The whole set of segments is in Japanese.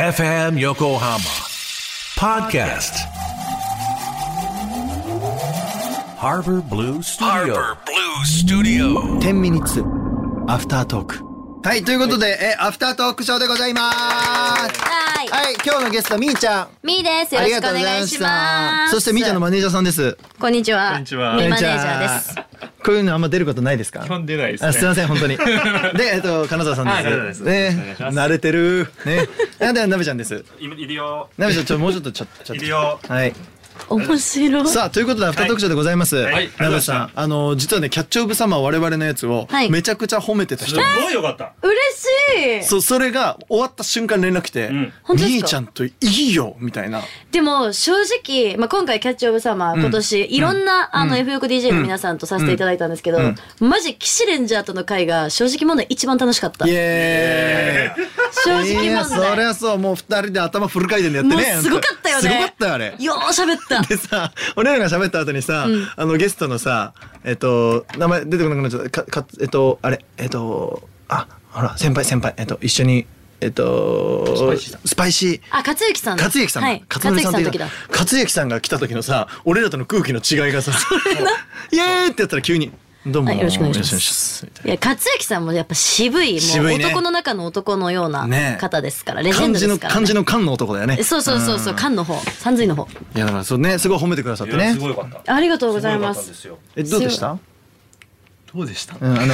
FM Yokohama Podcast Harbor Blue Studio Harbor Blue Studio. 10ミニッツアフタートークはいということで、えアフタートークショーでございますはい。はい今日のゲストみーちゃんみーです。よあろりがしくおとうございま願いししまたす。そしてみーちゃんのマネージャーさんですこんにちは。こんにちはみーマこんにちはネージャーです。こういうのあんま出ることないですか基本出ないですねあすいません本当に でえっと金沢さんあ金沢でですすねお願いします慣れてるねあではなべちゃんですいいるよなべちゃんちょもうちょっとちょっとちょっいとるよはい面白い。さあということでアフタートークショーでございます、いはいなべさんあの実はねキャッチオブサマー我々のやつをはいめちゃくちゃ褒めてたす人、ごいよかった嬉しい。そうそれが終わった瞬間連絡来て、ん本当ですみかーちゃんといいよみたいなでも正直、まあ、今回キャッチオブサマー今年、いろんな、あの f 4 d j の皆さんとさせていただいたんですけど、マジ騎士レンジャーとの会が正直問題一番楽しかった。イ正エーイい直や問そり題。ゃそうもう二人で頭フル回転でやってもうねすごかったよね。すごかったよあれよう喋った。でさ俺らが喋った後にさ、あのゲストのさえっと名前出てこなくなっちゃったかかえっとあれえっとあほら先輩先輩えっと一緒にえっとスパイシーさんあ、勝之さんだ。克之さんだ、はい。克勝典之さんっのて時言だう。克之さんが来た時のさ俺らとの空気の違いがさ「 イエーイ!」ってやったら急に「どうもはいよろしくお願いしますよろくお願いますみたいないや勝之さんもやっぱ渋い渋いねもう男の中の男のようなねえ方ですから、レジェン漢ド字でのすから、ね、漢字の漢の男だよね。そうそうそうそう漢の方三髄の方いやだからそうねすごい褒めてくださっていやねす。ごいよかったありがとうございますごいよかったんえどうでした？どうでしたうんあ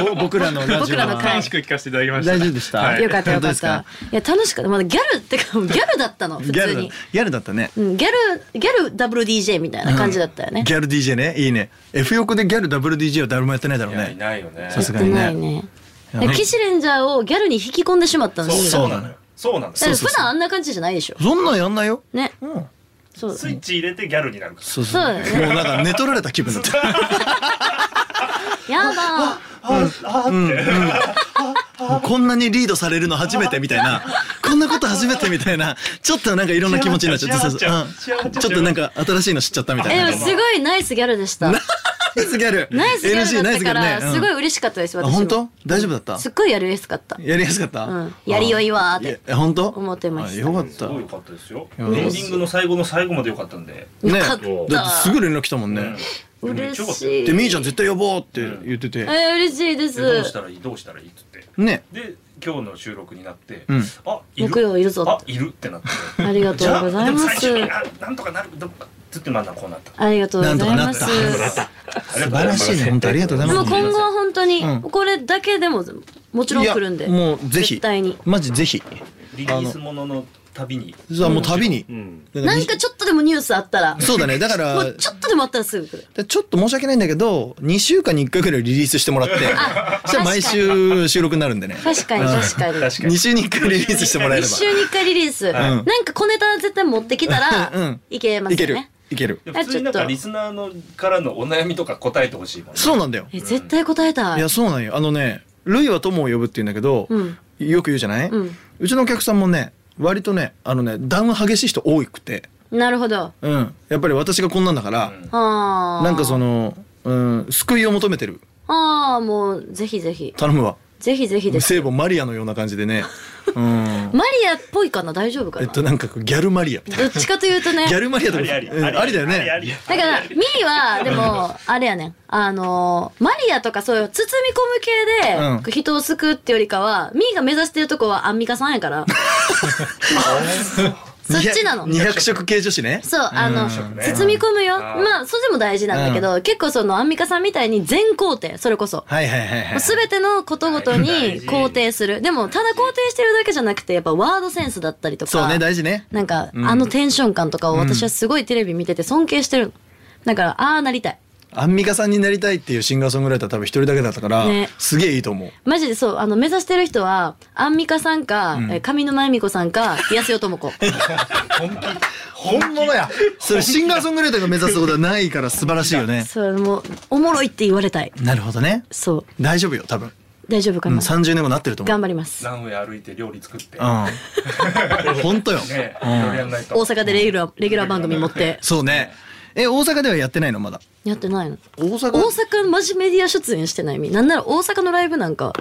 のぼ僕らのラジオは僕らの会楽しく聞かせていただきました 大丈夫でした。はいよかった本よか当でっすかたいや楽しかったまだギャルってかギャルだったの 普ギャ通ルだにギャルだったね。うんギャルギャルダブル DJ みたいな感じだったよね、ギャル DJ ねいいね。F 横でギャルダブル DJ は誰もやってないだろういやいね。ないよねさすがやってになねい。ねやね騎士レンジャーをギャルに引き込んでしまったんそでうすそうよなのよそうなのだからス普段あんな感じじゃないでしょそんなんやんないよ。ねうん。そうだイッチ入れてギャルになるかそうそうだよねもうなんか寝取られた気分だった。やだもうこんなにリードされるの初めてみたい な。こんなこと初めてみたいな。ちょっとなんかいろんな気持ちになっちゃって。幸そうせそううんちょっとなんか新しいの知っちゃったみたいえな。でもすごいナイスギャルでしたナイスギャル。ナイスギャ NG ルだナっイスたギかャルねらうんすごい嬉しかったです私あも本当？大丈夫だったすっごいやりやすかったやりやすかった、うんやりよいわーってあいや本当思ってましたあよかっらすたごいよかったですよエやンディングの最後の最後までよかったんでよかっねだってすぐ連絡来たもんね、うん嬉しでいみーちゃん絶対呼ぼうって言ってて、え嬉しいででどうしすたらいいどうしたらいいっつってねで今日の収録になってんあいる木曜いるぞあいるってなってありがとうございまじゃあすでも最初にあなんとかなるどっかつってまだこうなったありがとうございますなんとかなっ素素晴らしいね本当ありがとうごでざいもます今後は本当にうんこれだけでももちろん来るんいでやもうぜひ絶対にマジぜひリリースものの旅にじゃあもう旅に、だらなんかちょっとでもニュースあったらそうだねだからもうちょっとでもあったらすぐ来るでちょっと申し訳ないんだけど2週間に1回くらいリリースしてもらってそしたら毎週収録になるんでね確かに確かに確か2に週に1回リリースしてもらえれ一週に一回リリースなんか小ネタ絶対持ってきたうらんいけまばいすけよるねいける普通になんかリスナーのからのお悩みとか答えてほしいもんねそうなんだよえ絶対答えたいいやそうなんよあのね「ルイは友を呼ぶ」って言うんだけど、うんよく言うじゃない、うんちのお客さんもね割とねあのね談話激しい人多くて、なるほどうん、やっぱり私がこんなんだから、あーなんかその、うん、救いを求めてるああもうぜひぜひ頼むわぜひぜひです聖母マリアのような感じでね、 うん、マリアっぽいかな大丈夫かえっなとなんかこうギャルマリアみたいどっちかというとねなギャルマリアとかありありうんありだよねありあだからミーはでもあれやねんあのーマリアとかそういう包み込うむん系で人を救うってよりかはミーが目指してるとこはアンミカさんやから そっちなの200 200色系女子ねそうあのね包み込むよあーまあそれでも大事なんだけど結構そのアンミカさんみたいに全肯定それこそはいはいはいはいもう全てのことごとに大事肯定するでもただ肯定してるだけじゃなくてやっぱワードセンスだったりとかそうね大事ねなんか、あのテンション感とかを私はすごいテレビ見てて尊敬してるの。だから、ああなりたい。アンミカさんになりたいっていうシンガーソングライター多分一人だけだったから、ねすげえいいと思うマジでそう、あの、目指してる人は、アンミカさんか、え上沼恵美子さんか、安代 智子。本物やそれシンガーソングライターが目指すことはないから素晴らしいよねそう、もう、おもろいって言われたい。なるほどねそう、大丈夫よ多分、大丈夫かうん、な。 30年後なってると思う頑張ります。ランウェイ歩いて料理作って うん本当よ、ねいろいろやんない大と阪でレギュラー、レギュラー番組持って、そうねえ大阪ではやってないのまだやってないの。大阪大阪マジメディア出演してないみ。なんなら大阪のライブなんか、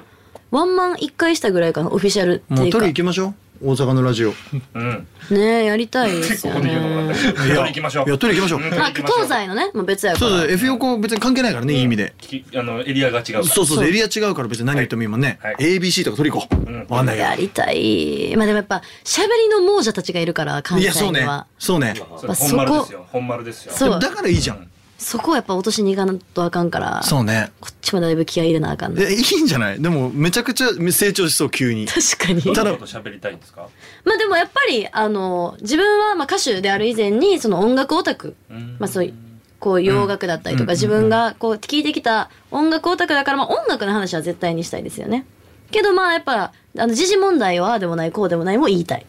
ワンマン一回したぐらいかな、オフィシャルってもいううか。取り行きましょう大阪のラジオ。いうん。ねえやりたいです結構よここで 言うのもらねった。取り行きましょう。いや、取り行きましょう。うんあ東西のねもう別やかそうらそう、F 横別に関係ないからね、いい意味で。聞きあのエリアが違うから。そうそうそそうう、エリア違うから別に何言っても今ねはいは、い ABC とか取り行こう。うんわかんないやや。りたいまあでもやっぱしゃべりの亡者たちがいるから関い西や、そうにねは。そうね。そまれあ本丸ですよ。本丸ですよ。そうだからいいじゃん。そこはやっぱ落としに行かんとあかんからそうね。こっちもだいぶ気合い入れなあかんねえ、いいんじゃないでも、めちゃくちゃ成長しそう、急に。確かにどんたなだこと喋りたいんですか。まあでもやっぱりあの自分はまあ歌手である以前にその音楽オタク、んまあ、そういうこう洋楽だったりとか、自分がこう聴いてきた音楽オタクだから、まあ、音楽の話は絶対にしたいですよね。けどまあやっぱあの時事問題はああでもないこうでもないも言い たい。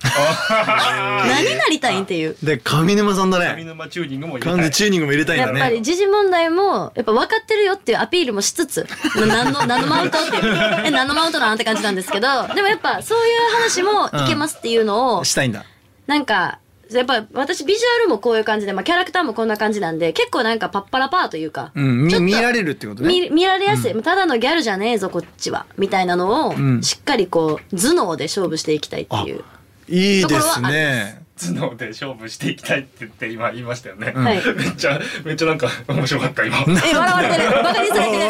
何なりたいんっていう。で、上沼さんだ上ね。沼チューニングも入れ完た全い。チューニングも入れたいんやだっぱりね。時事問題もやっぱ分かってるよっていうアピールもしつつ な何の何のマウントっていうえ何のマウントなんって感じなんですけどでもやっぱそういう話もいけますっていうのをしたいんだ。なんか、やっぱ私ビジュアルもこういう感じで、まあキャラクターもこんな感じなんで、結構なんかパッパラパーというか、うん、みちょっと見られるってことね。見見られやすい、ただのギャルじゃねえぞこっちはみたいなのを、んしっかりこう頭脳で勝負していきたいっていういいとこでろはすね。頭脳で勝負していきたいって言って今言いましたよね。はいめっちゃめっちゃなんか面白かっ た今。え笑われてるバカにされてるバカに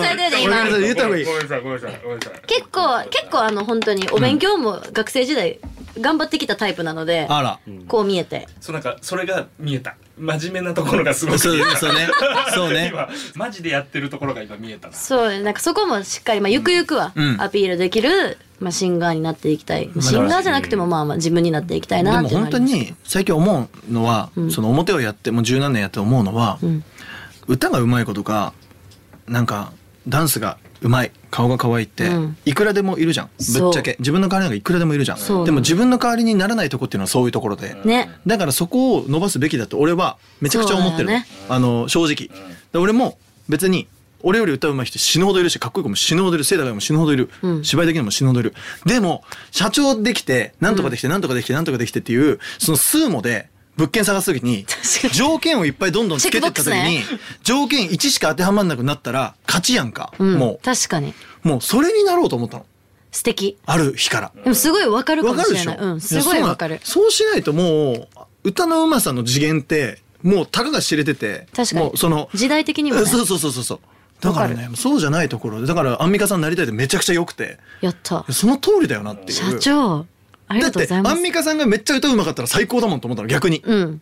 されてるでごめんなさい今言った方がいいごめんなさいごめんなさいごめんなさい。結構結構あの本当にお勉強も学生時代頑張ってきたタイプなので、あら。こう見えてそうなんかそれが見えた。真面目なところがすごくそう見えね、た。そうね。そう ね。今マジでやってるところが今見えたな。そうなんかそこもしっかり、まあ、ゆくゆくはうんアピールできる、まあ、シンガーになっていきたいシンガーじゃなくてもまあまあ自分になっていきたいでなっもていうのは本当ありますに最近思うのは、その表をやってもう十何年やって思うのは、ん歌がうまい子とかなんかダンスがうまい顔が可愛いって、うんいくらでもいるじゃんそうぶっちゃけ自分の代わりなんかいくらでもいるじゃそうんでも自分の代わりにならないとこっていうのはそういうところで、ねだからそこを伸ばすべきだと俺はめちゃくちゃ思ってそうる、だよねあの正直、で俺も別に俺より歌うまい人死ぬほどいるしかっこいい子も死ぬほどいる背高い子も死ぬほどいる、うん芝居できるのも死ぬほどいるでも社長できてなんとかできてなんとかできてなんとかできてっていうその数もで物件探す時に確かに条件をいっぱいどんどんつけてった時チェックボにッ条件1しか当てはまんなくなったら勝ちやんか、うんも確かにうもうそれになろうと思ったの素敵ある日から。でもすごいわかるかわもかるしでれしなょいうんすごいわかるそうしないともう歌のうまさの次元ってもうたかが知れてて確かにもうその時代的にもね そうそうそうそうそうだからわねそうじゃないところでだからアンミカさんになりたいってめちゃくちゃ良くてやったその通りだよなっていう社長ありだがっとうてございアまンすミカさんがめっちゃ歌うまかったら最高だもんと思ったの逆にうん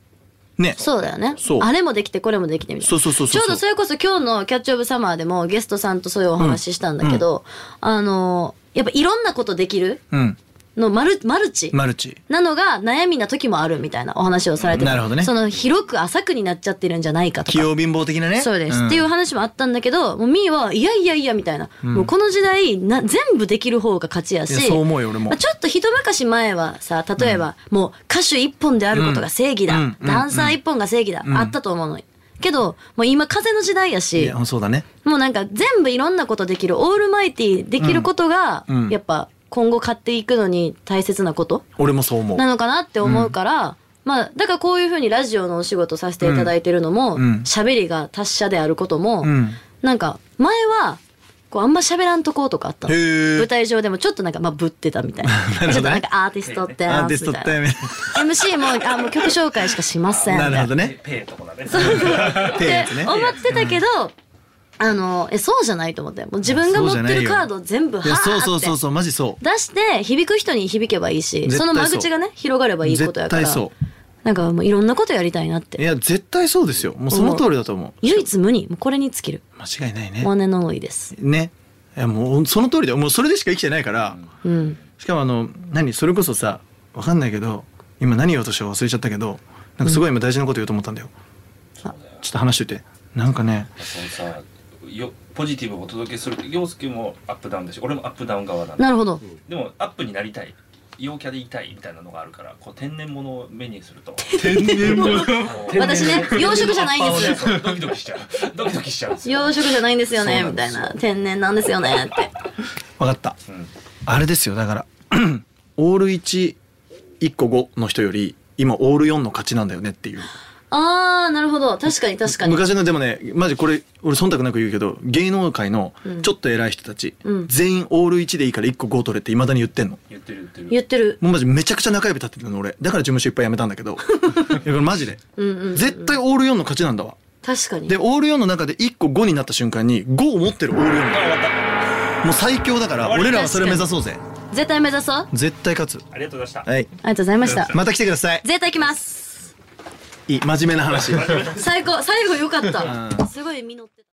ねそうだよねそうあれもできてこれもできてみたいなそうそうそうそうちょうどそれこそ今日の「キャッチ・オブ・サマー」でもゲストさんとそういうお話ししたんだけど、あのやっぱいろんなことできるうんのマルマルチ、マルチなのが悩みな時もあるみたいなお話をされてたなるほどねその広く浅くになっちゃってるんじゃないかと器か。用貧乏的なねそうです、んっていう話もあったんだけどもうみーはいやいやいやみたいな、もうこの時代な全部できる方が勝ちやしいやそう思うよ俺もまあちょっと一昔前はさ例えば、もう歌手一本であることが正義だ、うんうんダンサー一本が正義だ、あったと思うのにけどもう今風の時代やいしやそうだねもうなんか全部いろんなことできるオールマイティできることが、うんうんやっぱ今後買っていくのに大切なこと俺もそう思うなのかなって思うから、まあだからこういうふうにラジオのお仕事させていただいてるのもうん喋、りが達者であることも、うんなんか前はこうあんま喋らんとことかあったのへー舞台上でもちょっとなんかまあぶってた みたいなちょっとなんかアーティストってアやーつティストみったいて な MC もあもう曲紹介しかしませんみたないるなほどねペペーとこだね。ってやつね思ってたけど、あのえそうじゃないと思ってもう自分が持ってるカードを全部いはやーそうそうそうってそうマジそう出して響く人に響けばいいし絶対そそうの間口がね広がればいいことやから絶対そなんかもういろんなことやりたいなっいてや絶対そうですよもうその通りだと思う唯一無二もうこれに尽きる間違いないねモネの多いですねいやもうその通りだよもうそれでしか生きてないから、うんしかもあの何それこそさわかんないけど今何言おうとしたか忘れちゃったけどなんかすごい今大事なこと言おうと思ったんだよ、あちょっと話しといてなんかねそのさよポジティブをお届けすると陽介もアップダウンだし俺もアップダウン側なんだなるほどでもアップになりたい陽キャでいたいみたいなのがあるからこう天然物を目にすると私ね養殖じゃないんですそうドキドキしちゃうドキドキしちゃうんですよ養殖じゃないんですよねそうなんみたでいすな天然なんですよねってわかった、んあれですよだから オール11個5の人より今オール4の勝ちなんだよねっていうあーなるほど確かに確かに昔のでもねマジこれ俺忖度なく言うけど芸能界のうんちょっと偉い人たち、うん全員オール1でいいから1個5取れっていまだに言ってんの言ってる言って言るってるもうマジめちゃくちゃ中指立ってたの俺だから事務所いっぱい辞めたんだけ どいやこれマジでうんうんうんうん絶対オール4の勝ちなんだわ確かにでオール4の中で1個5になった瞬間に5を持ってるオール4あだ終わったもう最強だから俺らはそれ目指そうぜ絶対目指そうあ絶対勝つありがとうございましたはいりがとうございましたまた来てください絶対行きますいい真面目な話最高最後良かったすごい実ってた